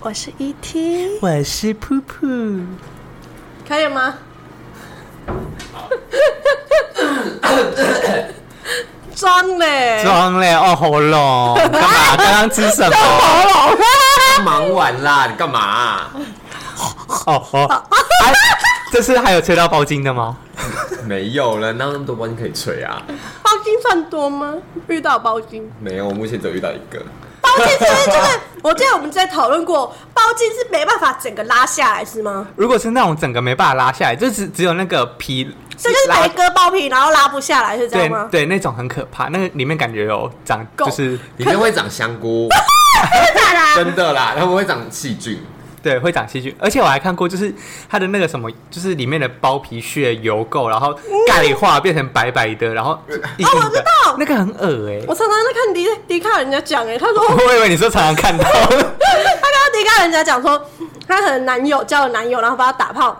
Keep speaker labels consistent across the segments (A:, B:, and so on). A: 我是 ET，
B: 我是噗噗，
A: 可以吗？装嘞，
B: 装嘞哦，喉咙干嘛？刚刚吃 什么？
A: 喉咙，
C: 忙完啦，你干嘛 啊、
B: 哦哦，哎，这次还有吹到包茎的吗？
C: 没有了，哪有那么多包金可以吹啊？
A: 包金算多吗？遇到包金，
C: 没有，我目前只有遇到一个。
A: 包金是不是 就是？我记得我们在讨论过，包金是没办法整个拉下来是吗？
B: 如果是那种整个没办法拉下来，就只只有那个皮
A: 这就是
B: 拉
A: 白割包皮，然后拉不下来是这样
B: 对
A: 吗？
B: 对，那种很可怕，那个里面感觉有长，
A: 狗
B: 就是
C: 里面会长香 菇，
A: 大啦，
C: 真的啦，他们会长细菌。
B: 对会长细菌，而且我还看过，就是它的那个什么，就是里面的包皮屑油垢，然后钙化变成白白的，然后 硬
A: 哦
B: 硬
A: 我知
B: 的
A: 道
B: 那个很恶哎、
A: 我常常在看迪迪卡人家讲哎、欸，他说
B: 我以为你说常常看到，
A: 他刚刚迪卡人家讲说，他可能男友交了男友，然后帮他打炮，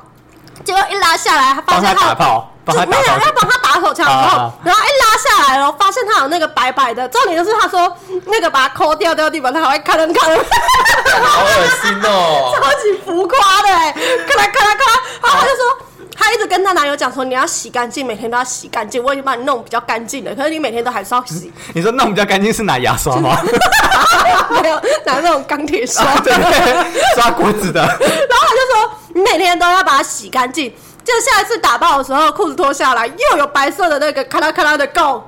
A: 结果一拉下来，他发
B: 帮
A: 现
B: 他
A: 他
B: 打
A: 有
B: 炮，帮他
A: 就没
B: 打
A: 有要
B: 炮，
A: 帮他打手枪，然后
B: 啊
A: 然后一拉下来了，发现他有那个白白的，重点就是他说那个把它抠掉掉的地方，他还会看看看，
C: 好恶心哦、
A: 超级浮夸的哎、欸，咔啦咔啦咔啦，然后他就说。她一直跟她男友讲说，你要洗干净，每天都要洗干净。我已经帮你弄比较干净了，可是你每天都还是要洗，
B: 你说那我们家干净是拿牙刷吗？
A: 没有拿那种钢铁刷。
B: 对 对，刷锅子的。
A: 然后他就说你每天都要把它洗干净。就下一次打爆的时候，裤子脱下来又有白色的那个咔啦咔啦的垢，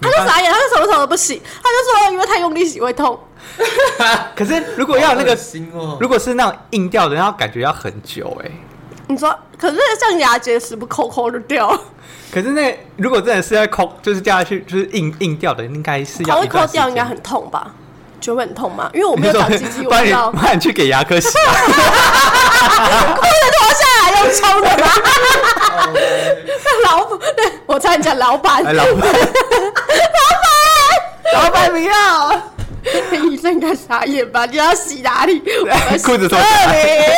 A: 他就傻眼，他就什么什么都不洗，他就说因为太用力洗会痛。
B: 可是如果要有那
C: 好恶
B: 个，
C: 心哦、
B: 如果是那种硬掉的，要感觉要很久哎、
A: 你说，可是像牙结石不抠抠就掉，
B: 可是那如果真的是要抠，就是掉下去，就是硬硬掉的，应该是
A: 抠
B: 要
A: 一
B: 一
A: 抠
B: 段时间
A: 掉应该很痛吧？觉得很痛吗？因为我没
B: 你
A: 有
B: 说
A: 长鸡 鸡，我
B: 不
A: 不知道。
B: 然你
A: 裤
B: 不然你去给牙科洗啊、
A: 子脱下来又抽的吧？ 那老那我差点讲 老板，
B: 哎，老板，
A: 老板不要。医生应该傻眼吧？你要洗哪里？我要洗
B: 裤子脱下
A: 这里。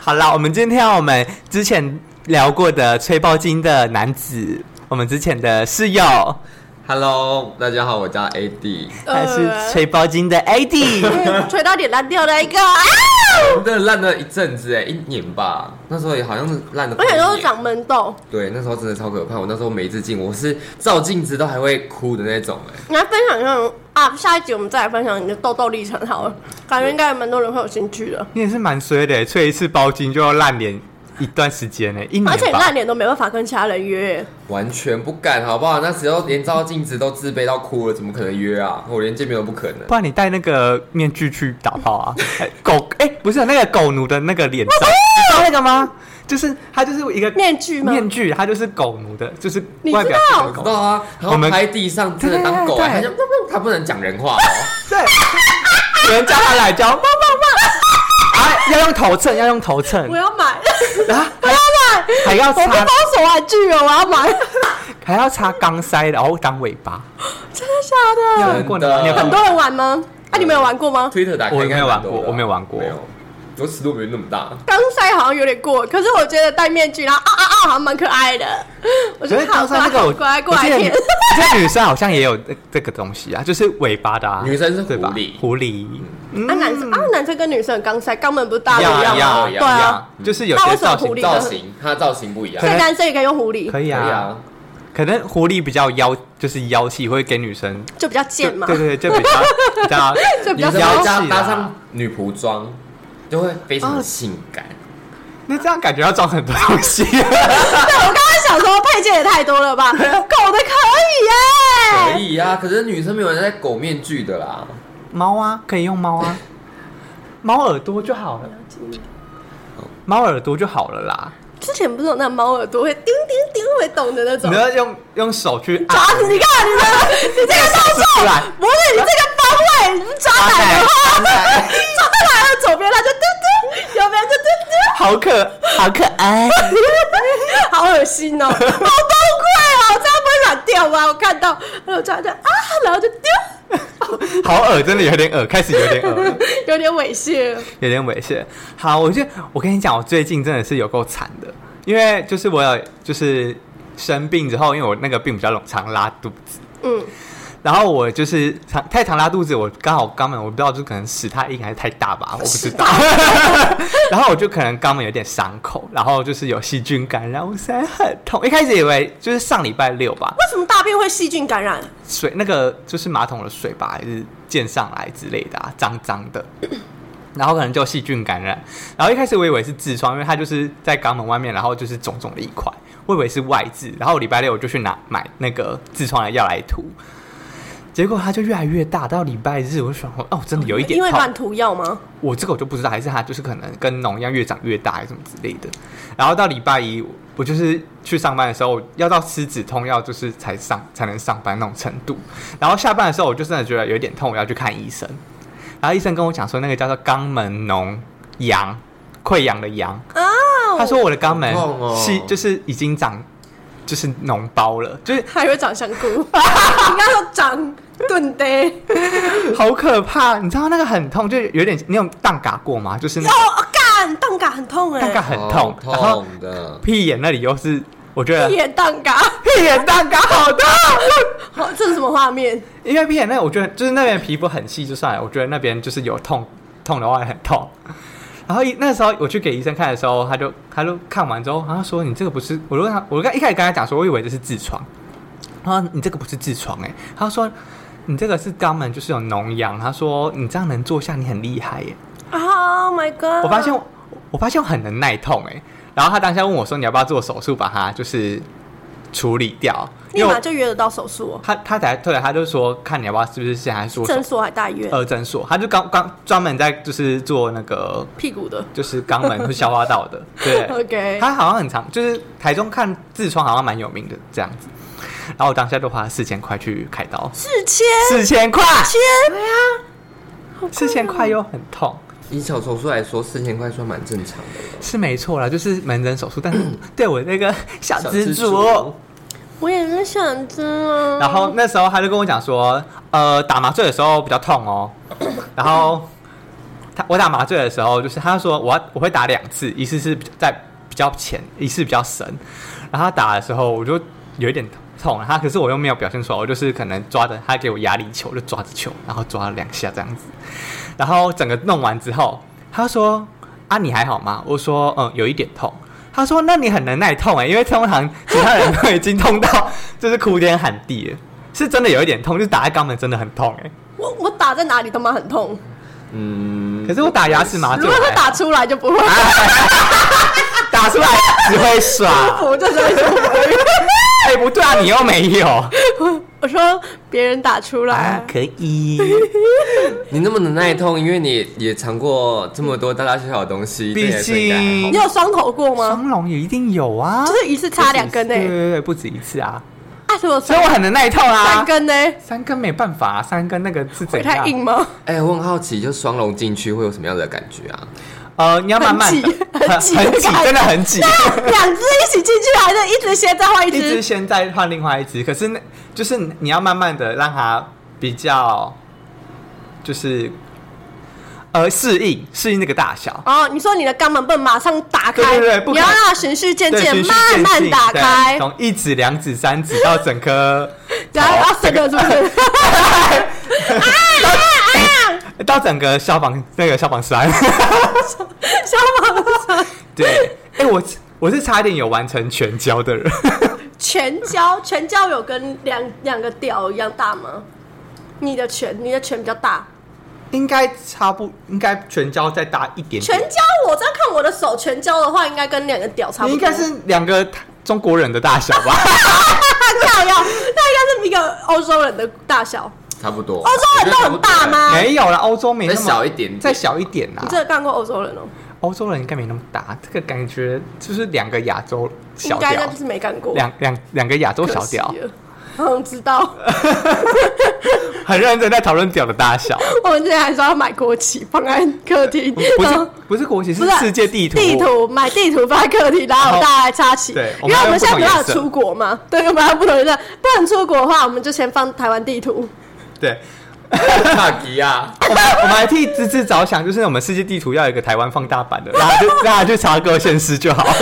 B: 好啦，我们今天要我们之前聊过的吹包巾的男子，我们之前的室友，
C: Hello，大家好，我叫 AD。
B: 还
A: 呃
B: 是吹包巾的 AD。
A: 嗯吹到脸烂掉的一个。啊、
C: 真的烂了一阵子哎，一年吧，那时候也好像是烂了。
A: 而且都是长闷痘，
C: 对，那时候真的超可怕。我那时候没自镜，我是照镜子都还会哭的那种哎。
A: 你来分享一下啊！下一集我们再来分享你的痘痘历程好了，感觉应该有蛮多人会有兴趣的。
B: 你也是蛮衰的，吹一次包巾就要烂脸一段时间呢，一年吧。
A: 而且你烂脸都没办法跟其他人约，
C: 完全不敢，好不好？那时候连照镜子都自卑到哭了，怎么可能约啊？我连见面都不可能。
B: 不然你戴那个面具去打炮啊？ 哎狗哎、不是那个狗奴的那个脸罩，你知道那个吗？就是它就是一个
A: 面具吗
B: 面具，它就是狗奴的，就是
A: 你
B: 外表
A: 知道
B: 是
C: 我
B: 个
C: 知
B: 狗
C: 道
B: 奴。
C: 啊，然后
B: 我们
C: 拍地上真的当狗，
B: 对啊
C: 他就他不能讲人 话哦。
B: 对，有人叫它来教，汪汪汪！啊，要用头衬，要用头衬
A: 我，要买，
B: 啊，
A: 我要买，
B: 还要
A: 我被
B: 插
A: 封，锁玩具了，我要 买，
B: 还要插钢塞，然后当尾巴。
A: 真的假的？
C: 真的
B: 过年你 有看
A: 很
B: 过？
A: 多人玩
B: 呃
A: 吗？啊，你们有玩过吗？
C: 推特打开
B: 我
C: 应该
B: 没有玩
C: 蛮多的啊
B: 过我没有玩过
C: 没有，我尺度没有那么大。
A: 钢塞好像有点过，可是我觉得戴面具，然后啊啊啊，好像蛮可爱的。 我觉
B: 所以
A: 得好
B: 刚才那个我，
A: 过来过
B: 我记
A: 来
B: 得女
A: 舔。
B: 我记得女生好像也有这这个东西啊，就是尾巴的啊。
C: 女生是狐
B: 对吧
C: 狸
B: 狐狸 嗯
A: 啊，男生啊，男生跟女生的肛塞肛门不是大
B: 一
A: 家
B: 样
A: 都一
B: 啊
A: 样吗？
B: 一样
C: 一
A: 对啊，
C: 样
B: 一样就是有些
A: 那为什么
B: 造型
A: 狐狸
C: 造型，他的造型不一样
A: 所。以男生也可以用狐狸，
B: 可以
C: 可以
B: 啊
C: 啊，，
B: 可能狐狸比较妖，就是妖气，会给女生
A: 就比较贱嘛。
B: 对对对，就比较比较
A: 就比
C: 女
A: 较
C: 生
A: 骚
C: 会
B: 妖
C: 加
B: 气
C: 搭
B: 啦
C: 上。女仆装，就会非常性感。
B: 那这样感觉要装很多东 西，
A: 对，我刚刚想说配件也太多 了吧，狗的可
B: 哦
A: 以耶、
C: 可以啊，可是女生没有人戴狗面具的啦。
B: 猫啊，可以用猫啊，猫耳朵就好了，猫耳朵就好了啦。
A: 之前不是有那猫耳朵会叮叮叮会动的那种
B: 你，要用用手去
A: 爪
B: 按，
A: 子，你看你这个，你这个 动
B: 出来
A: 作，不是你这个方位，你抓哪的话，
B: 抓哪抓哪
A: 抓哪了左边它就嘟嘟，右边就嘟嘟，
B: 好可好可爱。
A: 好恶心哦，好崩溃哦，这样不会软掉吗？我看到，然后抓着啊，然后就丢，
B: 好恶，真的有点恶，开始有点恶，
A: 有点猥亵。
B: 有点猥亵。好，我就我跟你讲，我最近真的是有够惨的，因为就是我有就是生病之后，因为我那个病比较冗长，拉肚子，
A: 嗯，
B: 然后我就是常太常拉肚子，我刚好肛门我不知道，就可能屎太硬还是太大吧，我不知道。 然后我就可能肛门有点伤口，然后就是有细菌感染，我现在很痛。一开始以为就是上礼拜六吧，
A: 为什么大便会细菌感染？
B: 水那个就是马桶的水吧，还是溅上来之类的、啊，脏脏的， 然后可能就细菌感染。然后一开始我以为是痔疮，因为它就是在肛门外面，然后就是肿肿的一块，我以为是外痔。然后我礼拜六我就去拿买那个痔疮的药来涂，结果它就越来越大，到礼拜日我就想说，哦，真的有一点
A: 因为
B: 痛。
A: 乱涂药吗？
B: 我这个我就不知道，还是它就是可能跟脓一样越长越大，还是什么之类的。然后到礼拜一，我就是去上班的时候，我要到吃止痛药，就是才上才能上班那种程度。然后下班的时候，我就真的觉得有点痛，我要去看医生。然后医生跟我讲说，那个叫做肛门脓疡溃疡的疡，
A: 啊，
B: 他说我的肛门
C: 好痛哦
B: 是就是已经长就是脓包了，就是
A: 还会长香 菇，应该说长钝的。
B: 好可怕。你知道那个很痛，就有点你有荡嘎过吗？就是那个
A: 哦，干蛋嘎很痛
B: 荡
A: 哎、
B: 嘎很痛，然后。
C: 哦痛的。
B: 屁眼那里又是，我觉得
A: 屁眼蛋嘎，
B: 屁眼蛋糕好痛，
A: 好这是什么画面？
B: 因为屁眼那我觉得就是那边皮肤很细就算了，我觉得那边就是有痛痛的话也很痛。然后一那时候我去给医生看的时候，他就他就看完之后，他说你这个不是，我就问他，我刚一开始跟他讲说，我以为这是痔疮，他说你这个不是痔疮哎、欸他说你这个是肛门就是有脓疡，他说你这样能坐下，你很厉害耶、欸
A: 啊、oh my god！
B: 我发现我我发现我很能耐痛哎、然后他当下问我说你要不要做手术把它就是处理掉，
A: 立
B: 因为
A: 马
B: 我
A: 就约得到手术、
B: 他他才对，他就说看你要不要是不是现在
A: 哦，
B: 做
A: 诊所还大约、
B: 呃诊所，他就刚刚专门在就是做那个
A: 屁股的。
B: 就是肛门和消化道的，对
A: OK
B: 他好像很常就是台中看痔疮好像蛮有名的这样子，然后我当下就花了四千块去开刀，
A: 四千
B: 四千块，
A: 千，对啊，
B: 四千块又很痛。
C: 以小手术来说，四千块算蛮正常的。
B: 是没错啦，就是门诊手 术，但是对我那个小哦蜘
C: 小
B: 蛛，
C: 蜘蛛
A: 我也是想知啊。
B: 然后那时候他就跟我讲说，呃，打麻醉的时候比较痛哦。然后他我打麻醉的时候，就是他说我要我会打两次，一次是比较在比较浅，一次比较深。然后他打的时候，我就有一点痛，他可是我又没有表现出来，我就是可能抓着他给我压力球，就抓着球，然后抓了两下这样子。然后整个弄完之后，他说：“啊，你还好吗？”我说：“嗯，有一点痛。”他说：“那你很能耐痛哎、因为通常其他人都已经痛到 就是哭天喊地了，是真的有一点痛，就是打在肛门真的很痛哎、
A: 我我打在哪里都妈很痛，
C: 嗯，
B: 可是我打牙齿麻醉
A: 如
B: 我
A: 果
B: 还好，
A: 是打出来就不会
B: 打出来只会爽。
A: 我就在说，
B: 哎、不对啊，你又没 有，啊 哎
A: 我说别人打出来，
B: 可以，
C: 你那么能耐痛，因为你也尝过这么多大大小小的东西，
B: 毕
C: 这也是应该
A: 你
B: 竟
C: 还好
A: 有双头过吗？
B: 双龙也一定有啊，
A: 就是一次插两根呢、
B: 对
A: 欸，
B: 对对，不止一次啊，
A: 啊，所以我
B: 所以我很能耐痛啊。
A: 三根呢、
B: 三根没办法、啊，三根那个是
A: 会
B: 怎
A: 太
B: 样？
A: 硬吗？
C: 哎、我很好奇，就双龙进去会有什么样的感觉啊？
B: 呃，你要慢慢的，
A: 很挤
B: 很
A: 很
B: 很
A: 挤
B: 挤，真的很挤。
A: 啊两只一起进去，还是一只先再换一
B: 一只
A: 只？
B: 先再换另外一只，可是那就是你要慢慢的让它比较，就是呃适应适应那个大小。
A: 哦，你说你的肛门不能马上打开，
B: 对对对不可
A: 你
B: 能
A: 要让它循序渐
B: 对，
A: 进
B: 循，序
A: 慢
B: 渐
A: 慢
B: 进
A: 打
B: 对
A: 开，
B: 从一指、两指、三指到整颗 头，
A: 然后要生了是不 是？
B: 到整个消防那个消防栓。
A: 消防栓
B: 对，哎、我我是差一点有完成全交的人。
A: 全胶，全胶有跟两两个屌一样大吗？你的拳，你的拳比较大。
B: 应该差不，应该全交再大一点点。
A: 全胶，我这样看我的手全胶的话，应该跟两个屌差不
B: 你
A: 多。
B: 应该是两个中国人的大小吧？
A: 大屌要， 那应该是一个欧洲人的大小。
C: 差不多。
A: 欧洲人都很大吗？
B: 没有啦，欧洲没那么
C: 再小一点点
B: 再小一点啦
A: 你。真的干过欧洲人哦、
B: 欧洲人应该没那么大，这个感觉就是两个亚洲小
A: 应该那
B: 屌
A: 就，是没干过。
B: 两两两个亚洲
A: 可
B: 小
A: 惜
B: 屌，
A: 了。嗯，知 道。
B: 很认真在讨论屌的大 小，
A: 我们之前还说要买国旗放在客厅，
B: 不
A: 然
B: 是
A: 后
B: 不是国旗，
A: 不
B: 是
A: 是啊
B: 世界地图。
A: 地图买地图放在客厅，然后
B: 然后
A: 大家来插旗。
B: 对
A: 因为我们现在没办
B: 我们还有不同颜
A: 法
B: 色
A: 出国嘛，对，我们还有不同颜色，不能出国的话，我们就先放台湾地图。
B: 对，
C: 大吉啊！
B: 我们我们还替芝芝着想，就是我们世界地图要有一个台湾放 大版的，让他去让他去查各县市就好。
C: 好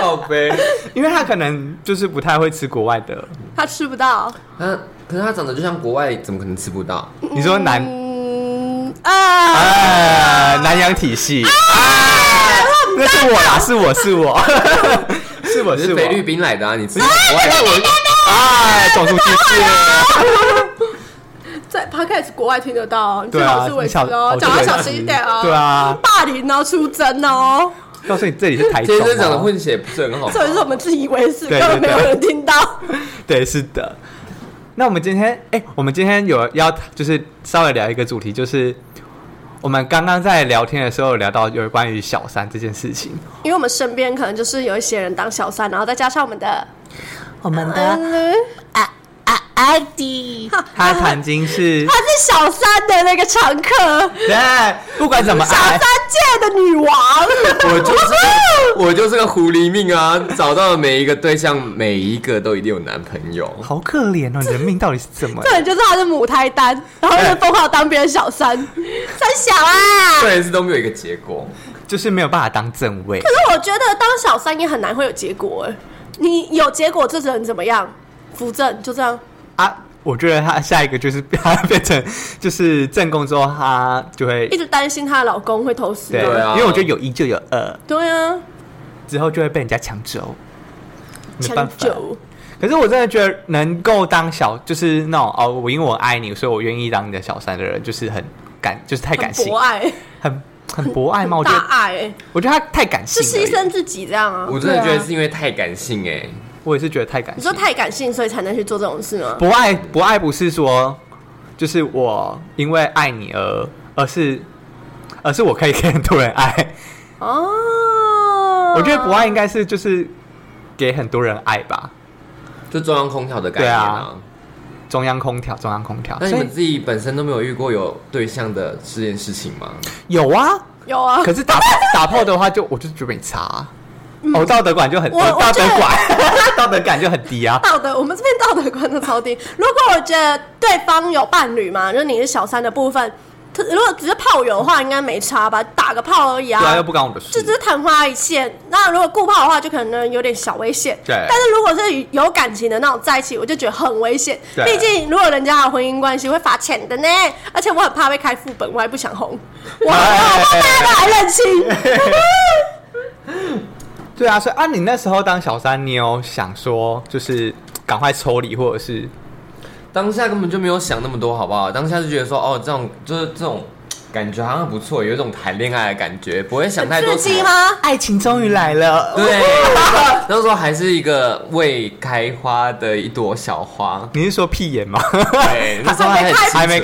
C: 靠背。
B: 因为他可能就是不太会吃国外的。
A: 他吃不到。
C: 他啊可是他长得就像国外，怎么可能吃不到？
B: 你说南
A: 嗯啊，
B: 哎，南洋体系，哎那是我啦，是我是我，是我
C: 你是
B: 是我，
C: 菲律宾来的啊，你吃
B: 我也我哎，种族歧视，啊
A: 在 podcast 国外听得到，你
B: 对
A: 最
B: 啊
A: 好是伪
B: 你
A: 吃
B: 小
A: 哦，
B: 哦
A: 讲话
B: 对
A: 小心一点哦。
B: 对啊
A: 霸凌哦，出征哦，
B: 告诉你这里是台中
C: 天生长得
B: 哦，
C: 混血不是 很好吗。
A: 这也是我们自以为是，
B: 对
A: 根本没有
B: 对对
A: 人听到。
B: 对，是的。那我们今天，哎、我们今天有要就是稍微聊一个主题，就是我们刚刚在聊天的时候有聊到有关于小三这件事情，
A: 因为我们身边可能就是有一些人当小三，然后再加上我们的
B: 我们
A: 嗯，
D: 啊啊艾迪，
B: 他曾经是
A: 她是小三的那个常客，
B: 对，不管怎么哎
A: 小三
B: 爱，
A: 界的女王。
C: 我就是我就是个狐狸命啊！找到的每一个对象，每一个都一定有男朋友。
B: 好可怜哦，你的命到底是怎 么了
A: 这？人就是她是母胎单，然后就疯狂当别人小三， 三小啊！
C: 虽然是都没有一个结果，
B: 就是没有办法当正位。
A: 可是我觉得当小三也很难会有结果哎、你有结果，这人怎么样？扶正就这样，
B: 啊，我觉得她下一个就是 她变成就是正宫之后，她就会
A: 一直担心她的老公会偷食。
B: 对
C: 对啊
B: 因为我觉得有一就有二，
A: 对啊，
B: 之后就会被人家抢走，没
A: 强
B: 办法。
A: 酒。
B: 可是我真的觉得能够当小就是那种哦，我因为我爱你，所以我愿意当你的小三的人，就是很感，就是太
A: 很
B: 感性
A: 博，爱，
B: 很很博爱嘛。我觉
A: 大
B: 得，
A: 爱、欸，
B: 我觉得他太感
A: 是
B: 性
A: 牺
B: 了
A: 牲
B: 耶，
A: 自己这样啊。
C: 我真的觉
A: 对
C: 得
A: 啊
C: 是因为太感性哎、欸。
B: 我也是觉得太感
A: 你
B: 性
A: 说。太感性，所以才能去做这种事吗？
B: 博爱博爱不是说就是我因为爱你而，而是而是我可以给很多人爱。
A: 哦，
B: 我觉得不爱应该是就是给很多人爱吧，
C: 就中央空调的概念啊。
B: 中央空调，中央空调。
C: 那你
B: 所以
C: 们自己本身都没有遇过有对象的这件事情吗？
B: 有啊，
A: 有啊。
B: 可是打炮打炮的话就，我就觉得没差啊、哦，道德感就很，
A: 我
B: 哦
A: 我
B: 道德
A: 觉得
B: 感， 道德感就很低啊。
A: 道德，我们这边道德观都超低。如果我觉得对方有伴侣嘛，就是你是小三的部分，可如果只是炮友的话，应该没差吧，打个炮而已
B: 对啊，
A: 啊
B: 又。不干我的
A: 就
B: 事
A: 只。是昙花一现，那如果顾炮的话，就可能有点小危险。
B: 对
A: 但是如果是有感情的那种在一起，我就觉得很危险。
B: 对
A: 毕竟如果人家有婚姻关系，会罚钱的呢。而且我很怕被开副本，我还不想红，我很怕我怕大家来认亲。
B: 对啊，所以啊，你那时候当小三，你有想说就是赶快抽离，或者是
C: 当下根本就没有想那么多，好不好？当下就觉得说，哦，这种就是这种感觉好像不错，有一种谈恋爱的感觉，不会想太多。
A: 很刺激？吗？
B: 爱情终于来了？。
C: 对，那时候 还是一个未开花的一朵小花
B: 你是说屁眼吗？
C: 对，那时候还很
A: 还
B: 还没，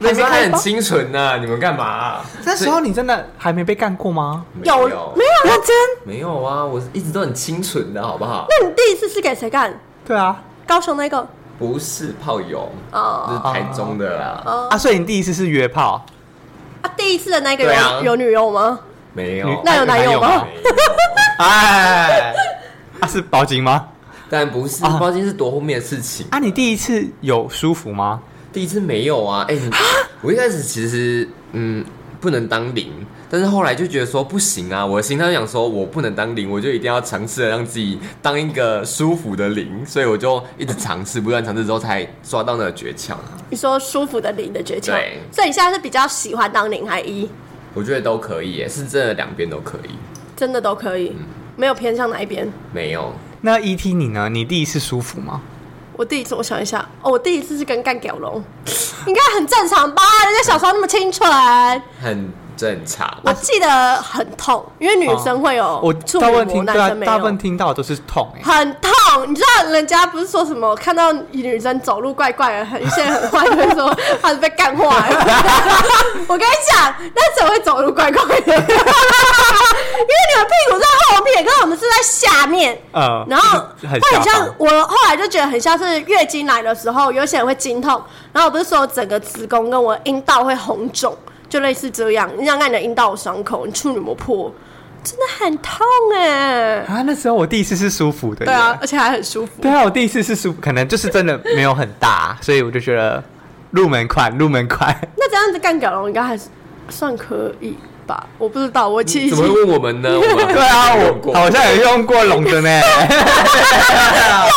C: 那 时候还
B: 还没开
C: 很
B: 包
C: 清纯呢、你们干嘛、
B: 那时候你真的还没被干过吗？
C: 没
A: 有
C: 有
A: 没有认真？
C: 没有啊，我一直都很清纯的，好不好？
A: 那你第一次是给谁干？
B: 对啊，
A: 高雄那个
C: 不是炮友，
A: 哦
C: 就是台中的啦，
A: 哦
B: 啊，所以你第一次是约炮，
A: 啊，第一次的那个有、
C: 对啊
A: 有女友吗？
C: 没
B: 女
C: 有。
A: 嗯那有男友吗
C: 没有
B: 哎，啊是包金吗？
C: 但不是，
B: 啊
C: 包金是多后面的事情。
B: 啊，你第一次有舒服吗？
C: 第一次没有啊，哎、你我一开始其实嗯不能当零，但是后来就觉得说不行啊，我的心态就想说我不能当零，我就一定要尝试的让自己当一个舒服的零，所以我就一直尝试，不断尝试之后才抓到那个诀窍，
A: 你说舒服的零的诀窍
C: 对，
A: 所以你现在是比较喜欢当零还一，
C: 我觉得都可以耶，是真的两边都可以，
A: 真的都可以，
B: 嗯
A: 没有偏向哪一边。
C: 没有。
B: 那 ET 你呢？你第一次舒服吗？
A: 我第一次，我想一下，哦，我第一次是跟干屌龙， 应该很正常吧？人家小时候那么清纯，
B: 啊
C: 很正常，
A: 我记得很痛，因为女生会有
B: 哦我
A: 处
B: 大部
A: 女
B: 分
A: 膜，
B: 听
A: 男
B: 对啊
A: 生，没
B: 大
A: 有
B: 部分。听到的都是痛哎、
A: 很痛，你知道人家不是说什么看到女生走路怪怪的，很一些人很坏，就会说她是被干坏 了。我跟你讲，那怎么会走路怪怪的？因为你们屁股在后面，可是我们是在下面。
B: 呃，
A: 然后
B: 就是很
A: 会很
B: 下
A: 像
B: 方
A: 我后来就觉得很像是月经来的时候，有些人会经痛，然后我不是说我整个子宫跟我阴道会红肿，就类似这样。你想看你的阴道有伤口，你处女膜破，真的很痛哎、
B: 啊，那时候我第一次是舒服的，
A: 对啊，，而且还很舒服。
B: 对啊，我第一次是舒服，可能就是真的没有很大，所以我就觉得入门款，入门款。
A: 那这样子干屌龙应该还是算可以吧？我不知道，我其
C: 怎
A: 实
C: 么会问我 们呢？我们
B: 对啊，我好像也用过龙的呢。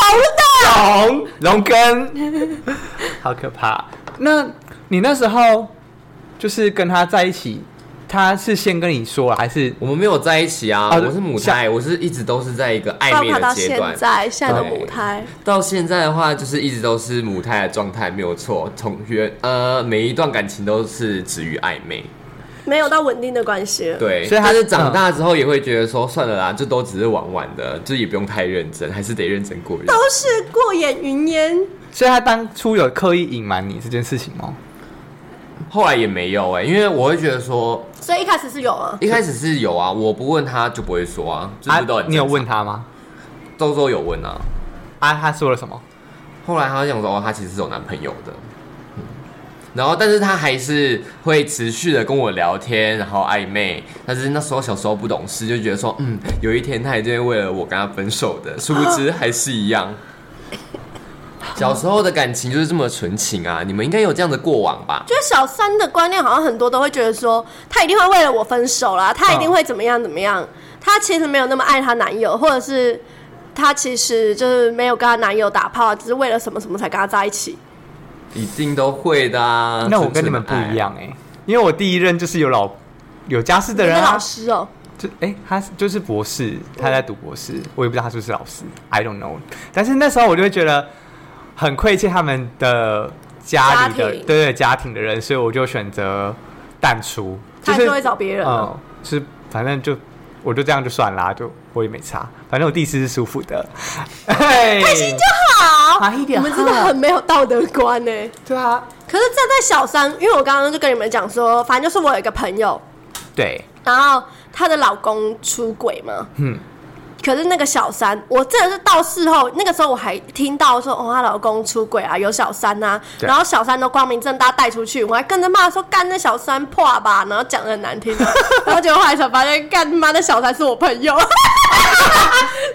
B: 龙的龙龙根，好可怕。那你那时候就是跟他在一起，他是先跟你说了，还是
C: 我们没有在一起啊，
B: 啊
C: 我是母胎，我是一直都是在一个暧
A: 包
C: 昧
A: 括
C: 的
A: 到
C: 阶
A: 现
C: 段。
A: 在现在的
C: 对
A: 母胎，
C: 到现在的话，就是一直都是母胎的状态，没有错。同学，呃，每一段感情都是止于暧昧，
A: 没有到稳定的关系。
C: 对。
B: 所以他
C: 但是长大之后也会觉得说，算了啦，就都只是玩玩的，就也不用太认真，还是得认真 过日子。
A: 都是过眼云烟，
B: 所以他当初有刻意隐瞒你这件事情吗？
C: 后来也没有哎、因为我会觉得说，
A: 所以一开始是有啊。
C: 一开始是有啊，我不问他就不会说啊，就是都很、
B: 你有问，他吗？
C: 周周有问啊。
B: 啊，他说了什么？
C: 后来他讲说，哦，他其实是有男朋友的，嗯然后但是他还是会持续的跟我聊天，然后暧昧。但是那时候小时候不懂事，就觉得说，嗯，有一天他一定会为了我跟他分手 的，殊不知还是一样。小时候的感情就是这么纯情啊！你们应该有这样的过往吧？
A: 就是小三的观念，好像很多都会觉得说，她一定会为了我分手啦，她一定会怎么样怎么样。她其实没有那么爱她男友，或者是她其实就是没有跟她男友打炮，只是为了什么什么才跟他在一起。
C: 一定都会的啊！
B: 那我跟你们不
C: 纯纯的爱
B: 一。样哎、因为我第一任就是有老有家室的
A: 你
B: 人
A: 是
B: 啊
A: 老，师哦、
B: 就哎、他是就是博士，他在读博士，我也不知道他是不是老师，I don't know。但是那时候我就会觉得很愧欠他们的家里
A: 家
B: 的
A: 庭
B: 对对家庭的人，所以我就选择淡出，
A: 他
B: 就是
A: 就会找别人啊了
B: 嗯，就是反正就我就这样就算啦，就我也没差，反正我第一次是舒服的，开心就
A: 好，
B: 好一点
A: 我们真的很没有道德观呢、
B: 对啊，
A: 可是站在小三，因为我刚刚就跟你们讲说，反正就是我有一个朋友，
B: 对，
A: 然后她的老公出轨嘛，
B: 嗯，
A: 可是那个小三，我真的是到事后，那个时候我还听到说，哦，她老公出轨啊，有小三呐、啊，
B: 对
A: 然后小三都光明正大带出去，我还跟着骂说，干那小三破吧，然后讲的很难听，啊 然后结果后来才发现，干妈那小三是我朋友，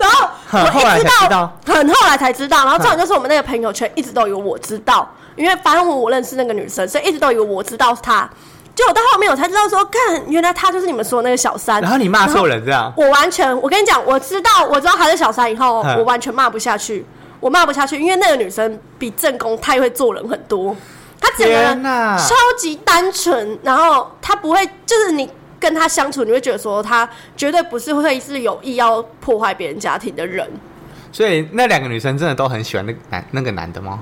A: 然后
B: 哼后
A: 我
B: 来
A: 一
B: 才知道，
A: 很后来才知道，然后这种就是我们那个朋友圈一直都有我知道，因为反正我认识那个女生，所以一直都有我知道她。结果到后面我才知道说，看原来她就是你们说的那个小三，
B: 然后你骂错人这样，
A: 我完全，我跟你讲，我知道我知道她是小三以后，
B: 嗯
A: 我完全骂不下去，我骂不下去，因为那个女生比正宫太会做人很多，她整个人
B: 天哪
A: 超级单纯，然后她不会，就是你跟她相处，你会觉得说她绝对不是会是有意要破坏别人家庭的人，
B: 所以那两个女生真的都很喜欢那个男那个男的吗？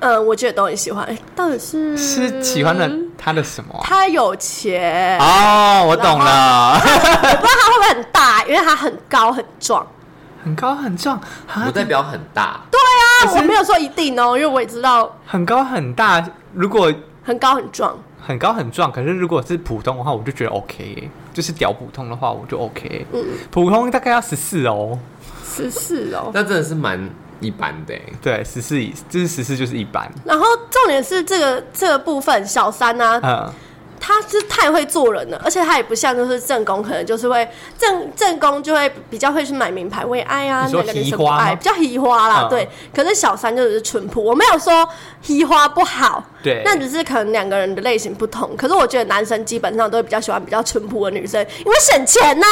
A: 嗯，我觉得都很喜欢，到底是
B: 是喜欢了他的什么啊、
A: 她有钱，
B: 哦，我懂了，
A: 我哦不知道她会不会很大，因为她很高很壮。
B: 很高很壮，
C: 我
B: 啊，
C: 代表很大，
A: 啊，
B: 可
A: 我
B: 是
A: 没有说一定哦，因为我也知道
B: 很高很大。如果
A: 很高很壮。
B: 很高很壮，可是如果是普通的话，我就觉得 OK，耶就是屌普通的话，我就 OK。普
C: 嗯
B: 通大概要十四哦，
A: 十四哦。
C: 那真的是蛮一般的、欸。
B: 对，十四以就是十四就是一般。
A: 然后重点是这个这个部分，小三呢、啊，
B: 嗯，
A: 他是太会做人了，而且他也不像就是正宫，可能就是会正正宫就会比较会去买名牌为爱啊，
B: 你说
A: 那个女
B: 提
A: 生不
B: 花吗
A: 爱，比较移花啦，
B: 嗯
A: 对。可是小三就是淳朴，我没有说移花不好，
B: 对
A: 那只是可能两个人的类型不同。可是我觉得男生基本上都会比较喜欢比较淳朴的女生，因为省钱呐、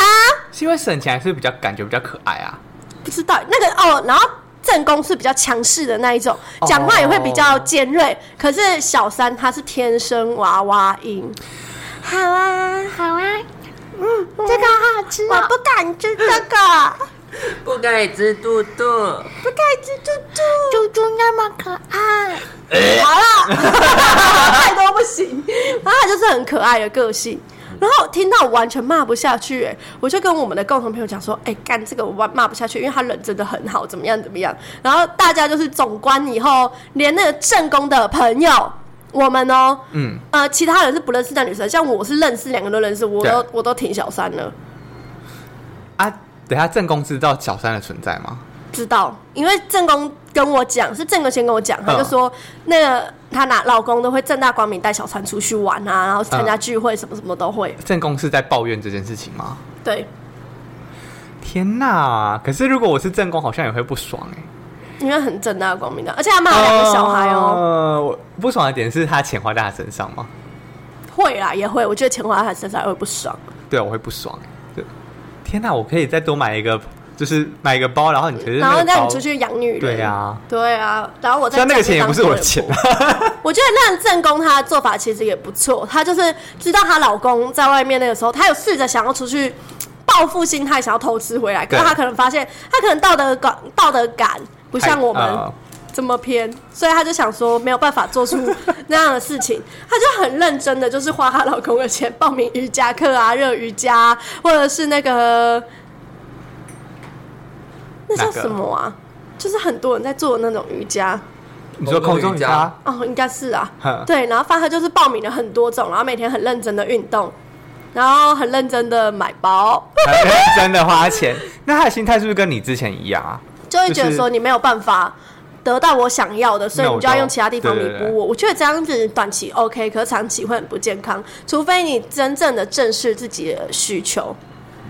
B: 是因为省钱还是比较感觉比较可爱啊？
A: 不知道那个哦，然后正宫是比较强势的那一种，讲话也会比较尖锐。
B: 嗯
A: 可是小三她是天生娃娃音，
D: 好啊，好啊，嗯，这个好好吃
A: 我
D: 哦。
A: 不敢吃这个，
C: 不该吃肚肚，
A: 不敢吃猪猪。
D: 猪猪那么可爱，
A: 好了，太多不行。然后她就是很可爱的个性。然后听到我完全骂不下去、哎，我就跟我们的共同朋友讲说，哎、干这个我骂骂不下去，因为他人真的很好，怎么样怎么样。然后大家就是总观以后，连那个正宫的朋友，我们哦、
B: 嗯，
A: 呃，其他人是不认识那女生，像我是认识两个都认识，我都
B: 对
A: 我都挺小三了，
B: 啊，等下正宫知道小三的存在吗？
A: 知道，因为正宫跟我讲，是正宫先跟我
B: 嗯
A: 讲，他就说、那个她拿老公都会正大光明带小三出去玩啊，然后参加
B: 嗯
A: 聚会什么什么都会，
B: 正宫是在抱怨这件事情吗？
A: 对，
B: 天哪！可是如果我是正宫，好像也会不爽哎、
A: 因为很正大光
C: 啊
A: 明的，而且他骂了两个小孩哦、
B: 呃我不爽的点是他钱花在他身上吗？
A: 会啦，也会。我觉得钱花在他身上也会不爽。
B: 对，我会不爽。对，天哪，我可以再多买一个，就是买一个包，然后你可是
A: 然后
B: 那
A: 让
B: 个
A: 你
B: 包
A: 出，去养女人。
B: 啊对
A: 对
B: 啊，
A: 啊。然后我
B: 虽
A: 在
B: 然那个
A: 家
B: 钱也
A: 当
B: 不是我
A: 贵
B: 的
A: 妇
B: 钱，
A: 我觉得那正宫她的做法其实也不错，她就是知道她老公在外面那个时候，她有试着想要出去报复心态，想要偷吃回来，可
B: 对
A: 是她可能发现她可能道德感道德感不像我
B: 太
A: 们
B: 呃
A: 这么偏，所以她就想说没有办法做出那样的事情，她就很认真的就是花她老公的钱报名瑜伽课啊、热瑜伽啊、或者是那个那叫
B: 哪个
A: 什么啊？就是很多人在做的那种瑜伽，
B: 你说空中瑜伽，
A: 哦，应该是啊
B: 哼，
A: 对，然后发他就是报名了很多种，然后每天很认真的运动，然后很认真的买包，
B: 很认真的花钱，那他的心态是不是跟你之前一样啊？
A: 就会觉得说
B: 就是
A: 你没有办法得到我想要的，所以
B: 那我
A: 你就要
B: 懂
A: 用其他地方弥
B: 对
A: 补
B: 对
A: 我。
B: 对
A: 我觉得这样子短期 OK，可是长期会很不健康，除非你真正的正视自己的需求。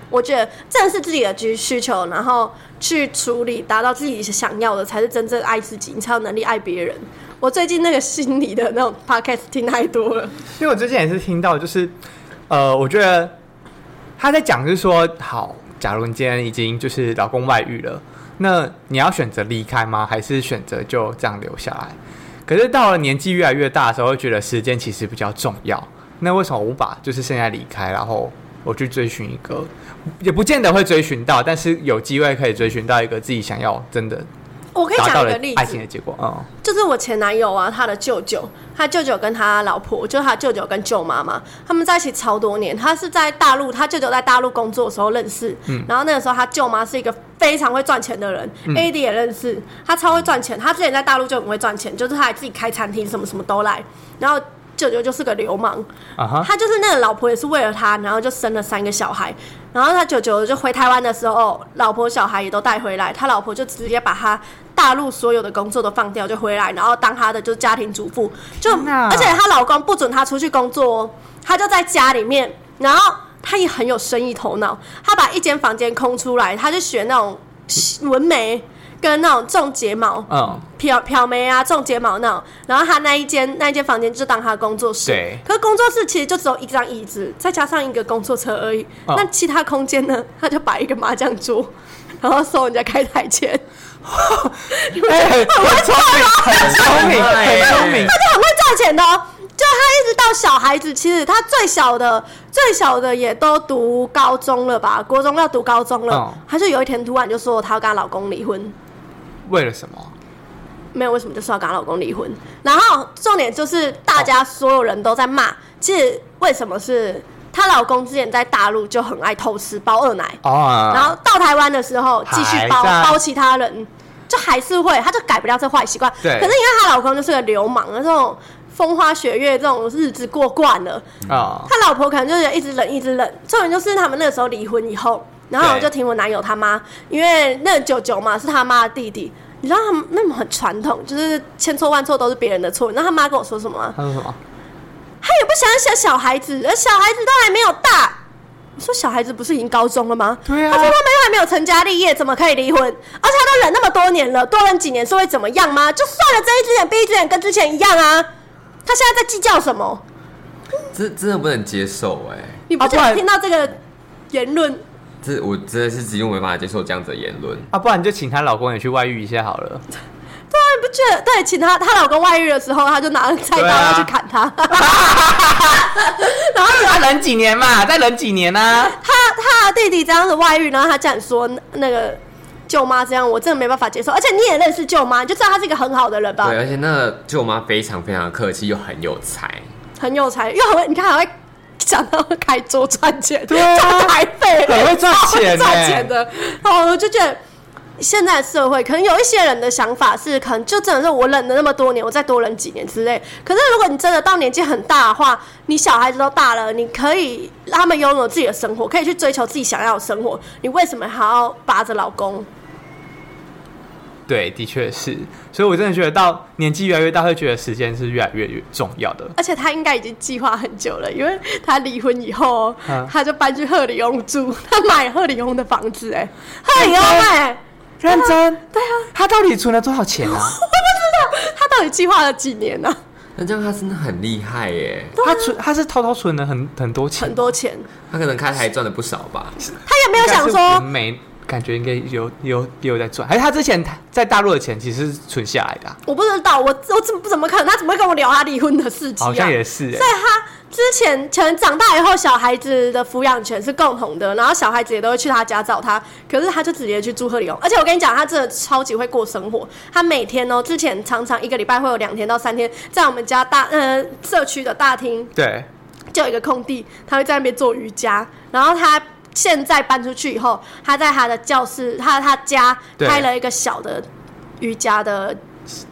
A: 我觉得正视自己的需需求，然后去处理，达到自己想要的，才是真正爱自己，你才有能力爱别人。我最近那个心理的那种 podcast 听太多了。
B: 因为我之前也是听到，就是呃，我觉得他在讲就是说，好，假如你今天已经就是老公外遇了，那你要选择离开吗？还是选择就这样留下来？可是到了年纪越来越大的时候，会觉得时间其实比较重要。那为什么我把就是现在离开，然后我去追寻一个，也不见得会追寻到，但是有机会可以追寻到一个自己想要真的
A: 我可以
B: 达
A: 讲
B: 到
A: 一
B: 了
A: 个例
B: 爱
A: 子
B: 情的，结果。嗯，
A: 就是我前男友啊，他的舅舅，他舅舅跟他老婆，就是他舅舅跟舅妈妈，他们在一起超多年。他是在大陆，他舅舅在大陆工作的时候认识，
B: 嗯
A: 然后那个时候他舅妈是一个非常会赚钱的人、a d 也认识，他超会赚钱，他之前在大陆就很会赚钱，就是他还自己开餐厅，什么什么都来，然后。舅舅就是个流氓，
B: 啊哈，
A: 他就是那个老婆也是为了他，然后就生了三个小孩。然后他舅舅就回台湾的时候，哦老婆小孩也都带回来，他老婆就直接把他大陆所有的工作都放掉，就回来，然后当他的就是家庭主妇。就
B: 天哪
A: 而且她老公不准她出去工作哦，她就在家里面，然后她也很有生意头脑，她把一间房间空出来，她就学那种纹眉跟那种种睫毛，
B: 嗯，
A: 漂漂眉啊，种睫毛那种。然后他那一间那一间房间就当他的工作室，
B: 对
A: 可是工作室其实就只有一张椅子，再加上一个工作车而已。
B: 哦
A: 那其他空间呢？他就摆一个麻将桌，然后收人家开台钱。
B: 哎很很聪明，很聪明，
C: 哎
B: 很聪明。
A: 他很会赚钱的、哦。就他一直到小孩子，其实他最小的最小的也都读高中了吧，国中要读高中了。
B: 哦
A: 他就有一天突然就说他要跟他老公离婚，
B: 为了什么？
A: 没有为什么就是要跟她老公离婚。然后重点就是大家所有人都在骂，其实为什么是她老公之前在大陆就很爱偷吃包二奶，
B: 哦，
A: 然后到台湾的时候继续包
B: 还在
A: 包其他人，就还是会，她就改不掉这坏习惯。
B: 对
A: 可是因为她老公就是个流氓，这种风花雪月这种日子过惯了，
B: 啊，
A: 他老婆可能就是一直忍，一直忍。重点就是他们那个时候离婚以后，然后我
B: 对
A: 就听我男友他妈，因为那九九嘛是他妈的弟弟，你知道他们那么很传统，就是千错万错都是别人的错。你知道他妈跟我说什么吗？
B: 他说什么？
A: 他也不想想小孩子，而小孩子都还没有大。我说小孩子不是已经高中了吗？
B: 对啊
A: 他说他们又还没有成家立业，怎么可以离婚？而且他都忍那么多年了，多忍几年是会怎么样吗？就算了，睁一只眼闭一只眼，跟之前一样啊。他现在在计较什么？
C: 这真的不能接受哎、
A: 你不
B: 啊
A: 觉得
B: 不然
A: 听到这个言论
C: 这我真的是极度没办法接受这样子的言论。
B: 啊，不然你就请她老公也去外遇一下好了。
A: 你 不觉得？对，请她她老公外遇的时候，她就拿着菜刀
B: 对啊
A: 要去砍他，然后
B: 再忍几年嘛，再忍几年啊呢？
A: 她她弟弟这样子外遇，然后她这样说那个舅妈这样，我真的没办法接受。而且你也认识舅妈，你就知道她是一个很好的人吧
B: 啊
C: 对，，而且那个舅妈非常非常客气，又很有才。
A: 很有才，又很会，你看还会。想到会开桌赚钱，
B: 对啊
A: 赚台费，
B: 很会赚
A: 超会
B: 钱
A: 赚
B: 欸
A: 钱的。哦，我就觉得现在社会可能有一些人的想法是，可能就真的是我忍了那么多年，我再多忍几年之类。可是如果你真的到年纪很大的话，你小孩子都大了，你可以让他们拥有自己的生活，可以去追求自己想要的生活。你为什么还要扒着老公？
B: 对，的确是。所以我真的觉得到年纪越来越大，会觉得时间是越来越重要的。
A: 而且他应该已经计划很久了，因为他离婚以后，
B: 嗯
A: 他就搬去鹤里翁住， 他买鹤里翁的房子、哎，鹤里翁哎、
B: 认真，
A: 对啊，
B: 她到底存了多少钱啊？
A: 他到底计划了几年呢、
C: 那这样他真的很厉害耶，
B: 他存他是偷偷存了很很多
A: 啊
B: 钱
A: 很，多钱，
C: 他可能开台赚了不少吧？
A: 他也没有想
B: 应该是
A: 说，
B: 每感觉应该有有有在赚，还是他之前在大陆的钱其实是存下来的啊、
A: 我不知道，我我怎么不怎么可能，他怎么会跟我聊他离婚的事情、啊？
B: 好像也是、欸
A: 所以。他之前可能长大以后，小孩子的抚养权是共同的，然后小孩子也都会去他家找他，可是他就直接去住贺里红。而且我跟你讲，他真的超级会过生活，他每天哦，之前常常一个礼拜会有两天到三天，在我们家大呃社区的大厅
B: 对，
A: 就有一个空地，他会在那边做瑜伽。然后他现在搬出去以后，他在他的教室，他他家
B: 对
A: 开了一个小的瑜伽的，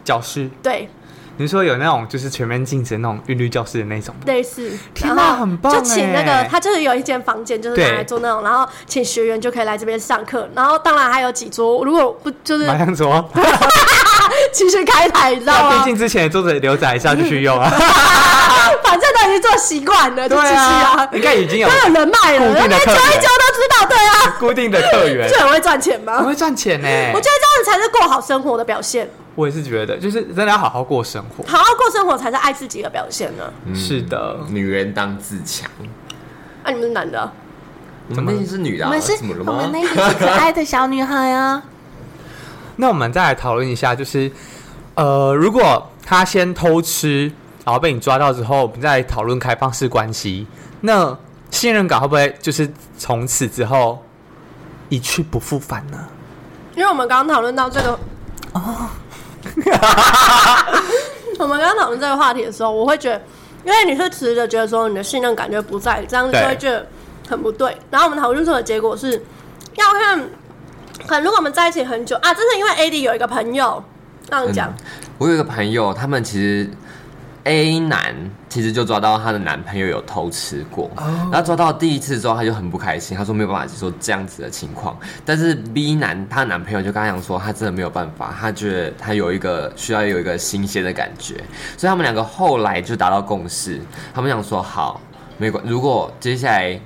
B: 教师，
A: 对，
B: 你说有那种就是全面禁止那种韵律教师的那种吗，
A: 类似。
B: 天哪
A: 然后
B: 很棒
A: 就请那
B: 哎
A: 个，他就是有一间房间，就是
B: 对
A: 拿来做那种，然后请学员就可以来这边上课。然后当然还有几桌，如果不就是啊
B: 马上说，
A: 继续开台，你知道
B: 要
A: 吗
B: 变？性之前的桌子留着一下继续用啊，
A: 反正都已经做习惯了，就继续啊。
B: 应该已经有
A: 他有人脉了，
B: 固
A: 那
B: 定的
A: 边
B: 客
A: 揪
B: 源
A: 一揪都知道，对啊，
B: 固定的客源
A: 这，很会赚钱
B: 很
A: 吗？
B: 会赚钱呢、
A: 我觉得这样子才是过好生活的表现，
B: 我也是觉得，就是真的要好好过生活。
A: 好好过生活才是爱自己的表现呢。
C: 嗯
B: 是的
C: 女人当自强。
A: 啊，你们是男的，
C: 我们那集是女的、
D: 我
C: 啊，
D: 们是
C: 怎么了
D: 我们
C: 吗
D: 那？里是可爱的小女孩 啊，
B: 那我们再来讨论一下，就是呃，如果他先偷吃，然后被你抓到之后，我们再讨论开放式关系，那信任感会不会就是从此之后一去不复返呢？
A: 因为我们刚刚讨论到这个哦， 我们刚刚讨论这个话题的时候，我会觉得，因为你是持着觉得说你的信任感觉不在，这样子
B: 对
A: 就会觉得很不对。然后我们讨论出的结果是要看，可能如果我们在一起很久啊，真的因为 AD 有一个朋友这样讲，
C: 我有一个朋友，他们其实 A 男其实就抓到她的男朋友有偷吃过，然后抓到第一次之后，他就很不开心，他说没有办法接受这样子的情况。但是 B 男她男朋友就跟他讲说，他真的没有办法，他觉得他有一个需要有一个新鲜的感觉，所以他们两个后来就达到共识，他们想说好，没关，如果接下来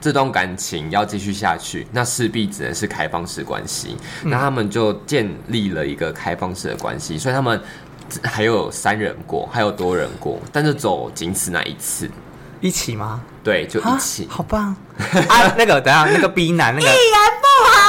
C: 这段感情要继续下去，那势必只能是开放式关系。那他们就建立了一个开放式的关系，所以他们还有三人过，还有多人过，但是走仅此那一次，
B: 一起吗？
C: 对，就一起
B: 啊。好棒啊！那个等一下那个 B 男 那个
A: 必然不好。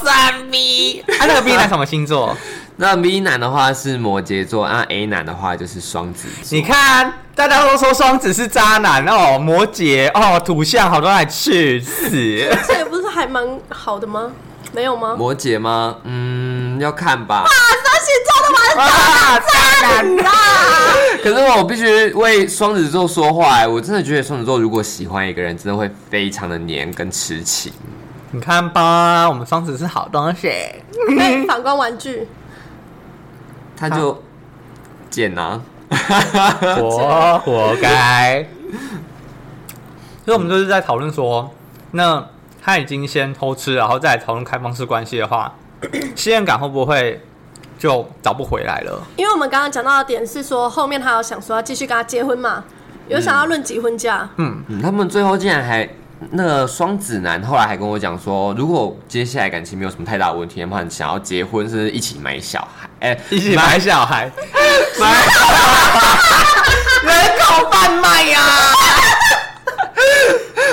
C: 就三 B，
B: 啊，那个 B 男什么星 座？
C: 那 B 男的话是摩羯座，那 A 男的话就是双子座。
B: 你看，大家都说双子是渣男哦，摩羯哦，土象好多来去死。
A: 这也不是还蛮好的吗？ 没有吗？
C: 摩羯吗？嗯，要看吧。
A: 那星座都完
B: 啊，渣男啊
C: 可是我必须为双子座说话、哎，我真的觉得双子座如果喜欢一个人，真的会非常的黏跟痴情。
B: 你看吧，我们双子是好东西。
A: 可以反观玩具，
C: 他就贱啊，
B: 活活该。所以我们就是在讨论说，那他已经先偷吃，然后再来讨论开放式关系的 话，信任感会不会就找不回来了？
A: 因为我们刚刚讲到的点是说，后面他有想说要继续跟他结婚嘛，有想要论及婚嫁。
C: 嗯，他们最后竟然还那个双子男后来还跟我讲说，如果接下来感情没有什么太大的问题，他们想要结婚，甚至一起买小孩，哎、
B: 一起买小孩， 买 人口贩卖呀、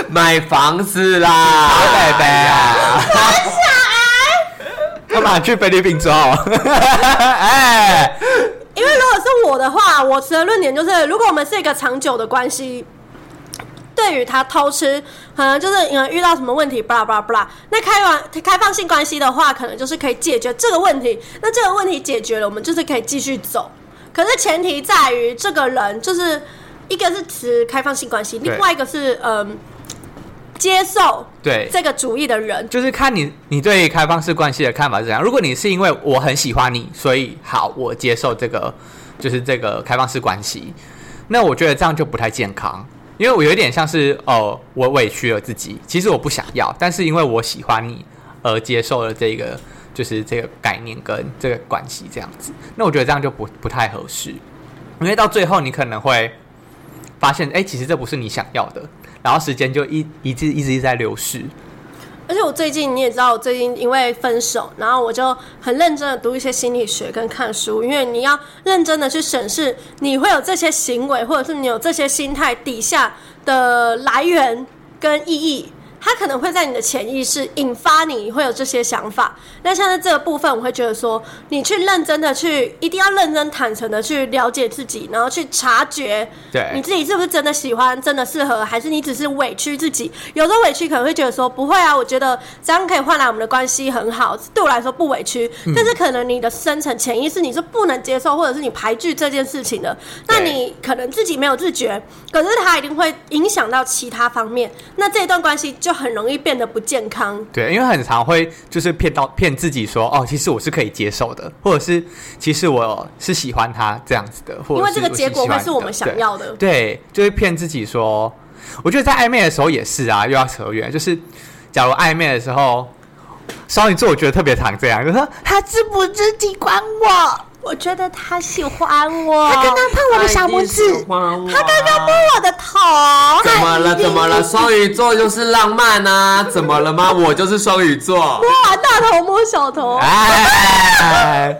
C: 买房 子啦，
B: 好北北啊
C: 呀，
B: 干嘛去菲律宾抓我？哎，
A: 因为如果是我的话，我持的论点就是，如果我们是一个长久的关系，对于他偷吃，可能就是嗯遇到什么问题，巴拉巴拉巴拉。那开完开放性关系的话，可能就是可以解决这个问题。那这个问题解决了，我们就是可以继续走。可是前提在于这个人就是一个是持开放性关系，
B: 对
A: 另外一个是嗯接受
B: 对，
A: 这个主义的人。
B: 就是看你你对开放式关系的看法是怎样。如果你是因为我很喜欢你，所以好，我接受这个就是这个开放式关系，那我觉得这样就不太健康，因为我有点像是哦、呃我委屈了自己，其实我不想要，但是因为我喜欢你而接受了这个就是这个概念跟这个关系这样子，那我觉得这样就不不太合适，因为到最后你可能会发现，哎、其实这不是你想要的，然后时间就一一直一直一直在流逝。
A: 而且我最近你也知道，我最近因为分手，然后我就很认真的读一些心理学跟看书，因为你要认真的去审视你会有这些行为，或者是你有这些心态底下的来源跟意义。它可能会在你的潜意识引发你会有这些想法。那像在这个部分，我会觉得说，你去认真的去，一定要认真坦诚的去了解自己，然后去察觉，
B: 对
A: 你自己是不是真的喜欢，真的适合，还是你只是委屈自己？有时候委屈可能会觉得说，不会啊，我觉得这样可以换来我们的关系很好，对我来说不委屈。
B: 嗯
A: 但是可能你的深层潜意识你是不能接受，或者是你排拒这件事情的，那
B: 对
A: 你可能自己没有自觉，可是它一定会影响到其他方面，那这一段关系就很容易变得不健康。
B: 对，因为很常会就是骗到骗自己说哦，其实我是可以接受的，或者是其实我是喜欢他这样子的，或者
A: 因为这
B: 是
A: 个
B: 我
A: 结果
B: 喜欢
A: 会是我们
B: 的
A: 想
B: 对
A: 要的
B: 对，就会骗自己说，我觉得在暧昧的时候也是啊，又要扯远，就是假如暧昧的时候，双鱼座我觉得特别常这样，就说他知不知喜欢我，
A: 我觉得他喜欢我，
D: 他刚刚碰我的小
B: 哎
D: 拇指，
C: 他刚
A: 他摸我的头，
C: 怎么了？怎么了？双鱼座就是浪漫啊！怎么了吗？我就是双鱼座。
A: 哇，大头摸小头，
B: 哎，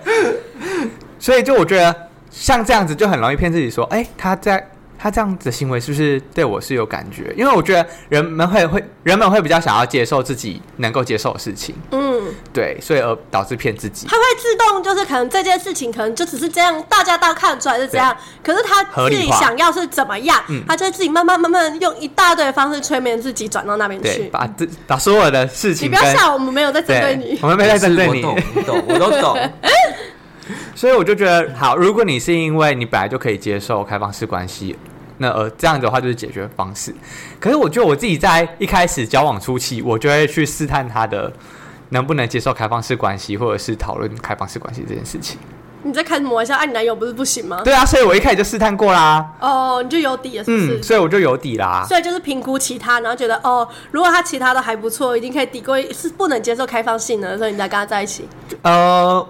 B: 所以就我觉得像这样子就很容易骗自己说，哎、他在他这样子的行为是不是对我是有感觉？因为我觉得人们会会人们会比较想要接受自己能够接受的事情，
A: 嗯，
B: 对，所以而导致骗自己
A: 他。会自动就是可能这件事情可能就只是这样，大家都看得出来是这样，可是他
B: 合
A: 自己
B: 理化嗯
A: 想要是怎么样，他就会自己慢慢慢慢用一大堆的方式催眠自己转到那边
B: 对，
A: 去。
B: 把自把所有的事
A: 你
B: 情
A: 不要
B: 跟
A: 吓我，我们没有在针对你。
B: 我们没在针对你
C: 我，懂，我懂，我都懂。
B: 所以我就觉得好。如果你是因为你本来就可以接受开放式关系，那呃这样子的话就是解决方式。可是我觉得我自己在一开始交往初期，我就会去试探他的能不能接受开放式关系，或者是讨论开放式关系这件事情。
A: 你在开什么玩笑？啊，你男友不是不行吗？
B: 对啊，所以我一开始就试探过啦，
A: 哦，你就有底了，是不是？
B: 嗯，所以我就有底啦。
A: 所以就是评估其他，然后觉得哦，如果他其他都还不错，一定可以抵过，是不能接受开放性的，所以你才跟他在一起。
B: 呃，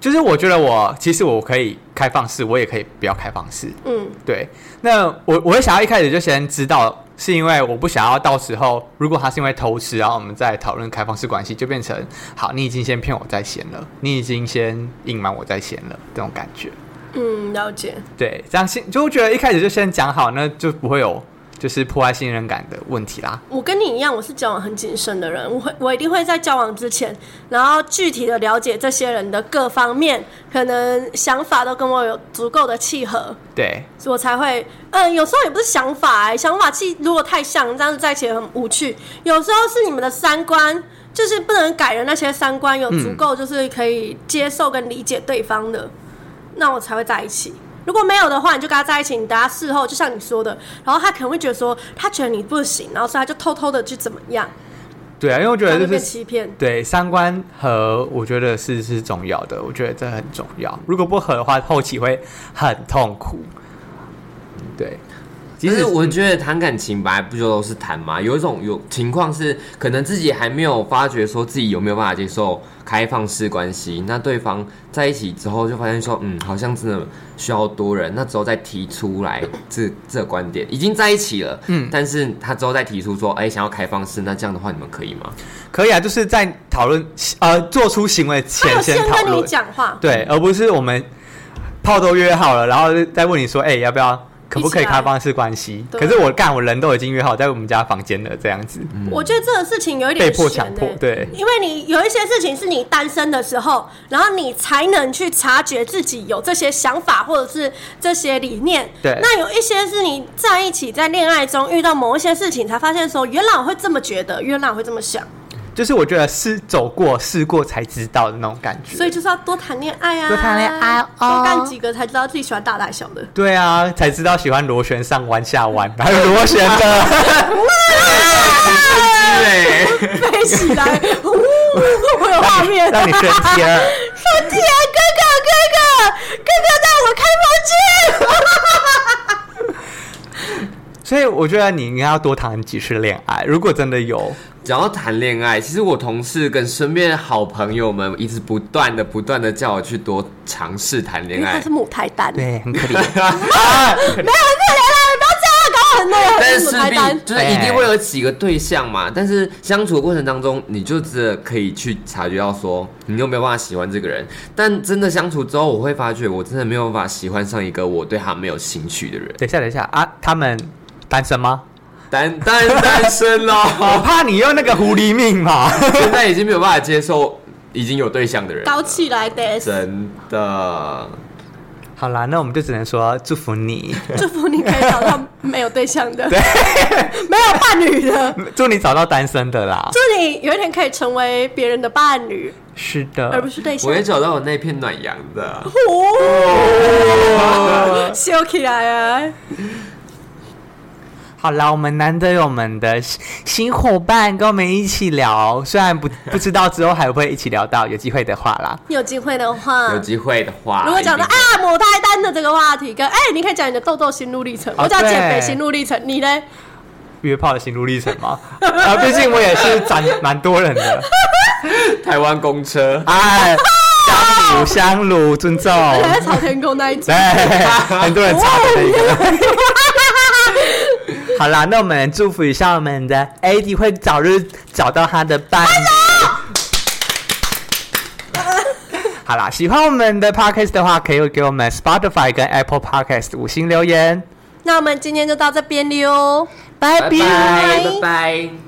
B: 就是我觉得我其实我可以开放式，我也可以不要开放式。
A: 嗯，
B: 对，那我我会想要一开始就先知道，是因为我不想要到时候，如果他是因为偷吃，然后我们再讨论开放式关系，就变成好，你已经先骗我在先了，你已经先隐瞒我在先了这种感觉。
A: 嗯，了解。
B: 对，这样信就觉得一开始就先讲好，那就不会有就是破坏信任感的问题啦。
A: 我跟你一样，我是交往很谨慎的人，我会我一定会在交往之前，然后具体的了解这些人的各方面，可能想法都跟我有足够的契合，
B: 对，
A: 所以我才会，嗯，有时候也不是想法、欸，想法其实如果太像，这样子在一起也很嗯无趣。有时候是你们的三观，就是不能改的那些三观，有足够就是可以接受跟理解对方
B: 嗯
A: 的，那我才会在一起。如果没有的话，你就跟他在一起，你等他事后，就像你说的，然后他可能会觉得说，他觉得你不行，然后所以他就偷偷的去怎么样，
B: 对啊，因为我觉
A: 然后
B: 得
A: 就被
B: 就是。
A: 欺骗。
B: 对三观合，我觉得是是重要的，我觉得这很重要。如果不合的话，后期会很痛苦。对，
C: 其实嗯我觉得谈感情本来不就都是谈嘛，有一种有情况是可能自己还没有发觉说自己有没有办法接受开放式关系，那对方在一起之后就发现说，嗯，好像真的需要多人，那之后再提出来这这观点，已经在一起了，嗯，但是他之后再提出说，哎、想要开放式，那这样的话你们可以吗？
B: 可以啊，就是在讨论呃做出行为
A: 他有
B: 前
A: 先
B: 先讨
A: 跟你
B: 论，
A: 讲话，
B: 对，而不是我们炮都约好了，然后再问你说，哎、要不要，可不可以
A: 一起来
B: 开放式关系？
A: 对
B: 可是我干，我人都已经约好在我们家房间了，这样子，
A: 我觉得这个事情有一点
B: 嗯被迫
A: 悬
B: 强迫
A: 欸
B: 对
A: 因为你有一些事情是你单身的时候，然后你才能去察觉自己有这些想法或者是这些理念。
B: 对
A: 那有一些是你在一起在恋爱中遇到某一些事情，才发现说，原来我会这么觉得，原来我会这么想，
B: 就是我觉得是走过试过才知道的那种感觉。
A: 所以就是要多谈恋爱啊，
B: 多谈恋
D: 爱哦
A: 多干几个才知道自己喜欢大大小的。
B: 对啊，才知道喜欢螺旋上弯下弯， 还有螺旋的。
C: 对，
A: 飞起来，呜，我有画面，
B: 让你升天
A: 升天，哥哥，哥哥，哥哥带我开房间。
B: 所以我觉得你应该要多谈几次恋爱，如果真的有，
C: 讲到谈恋爱，其实我同事跟身边的好朋友们一直不断的、不断的叫我去多尝试谈
A: 因
C: 恋
A: 为他
C: 爱
A: 是。母胎单，没有
B: 对，很可怜啊，
A: 很可怜啦，不要这样，搞我很累，还
C: 但
A: 是
C: 是
A: 怎
C: 势
A: 么排
C: 必
A: 单？
C: 就是一定会有几个对象嘛，但是相处的过程当中，你就真的可以去察觉到说你有没有办法喜欢这个人。但真的相处之后，我会发觉我真的没有办法喜欢上一个我对他没有兴趣 的人。
B: 等一下，等一下啊，他们单身吗？
C: 单单单身
B: 我
C: 咯，
B: 哦怕你用那个狐狸命嘛。
C: 现在已经没有办法接受已经有对象的人了，
A: 高起来的，
C: 真的。
B: 好啦，那我们就只能说祝福你，
A: 祝福你可以找到没有对象的， 没有伴侣的，
B: 祝你找到单身的啦。
A: 祝你有一天可以成为别人的伴侣，
B: 是
A: 而不
B: 的，
A: 是对象
C: 我。也找到我那片暖阳的，
A: 哦，笑起来啊！
B: 好啦，我们难得有我们的新新伙伴跟我们一起聊，虽然不不知道之后还会不会一起聊到，有机会的话啦。
A: 有机会的话
C: 有，机会的话，
A: 如果讲到
C: 一定
A: 啊抹胎单的这个话题，跟哎、你可以讲你的痘痘心路历程，
C: 啊
B: 哦
A: 我讲
B: 对
A: 减肥心路历程，你呢？
B: 约炮的心路历程嘛， 啊，毕竟我也是攒蛮多人的。
C: 台湾公车，
B: 哎，相濡相濡，尊重。
C: 哦
A: 而且在朝天宫那一集
B: 对，，哎很多人查的那个。 好啦，那我们祝福一下我们的 AD 会早日找到他的伴侣。好啦，喜欢我们的 podcast 的话，可以给我们 Spotify 跟 Apple Podcast 五星留言。
A: 那我们今天就到这边溜，
C: 啊
B: 拜
C: 拜拜
A: 哦拜
C: 拜拜。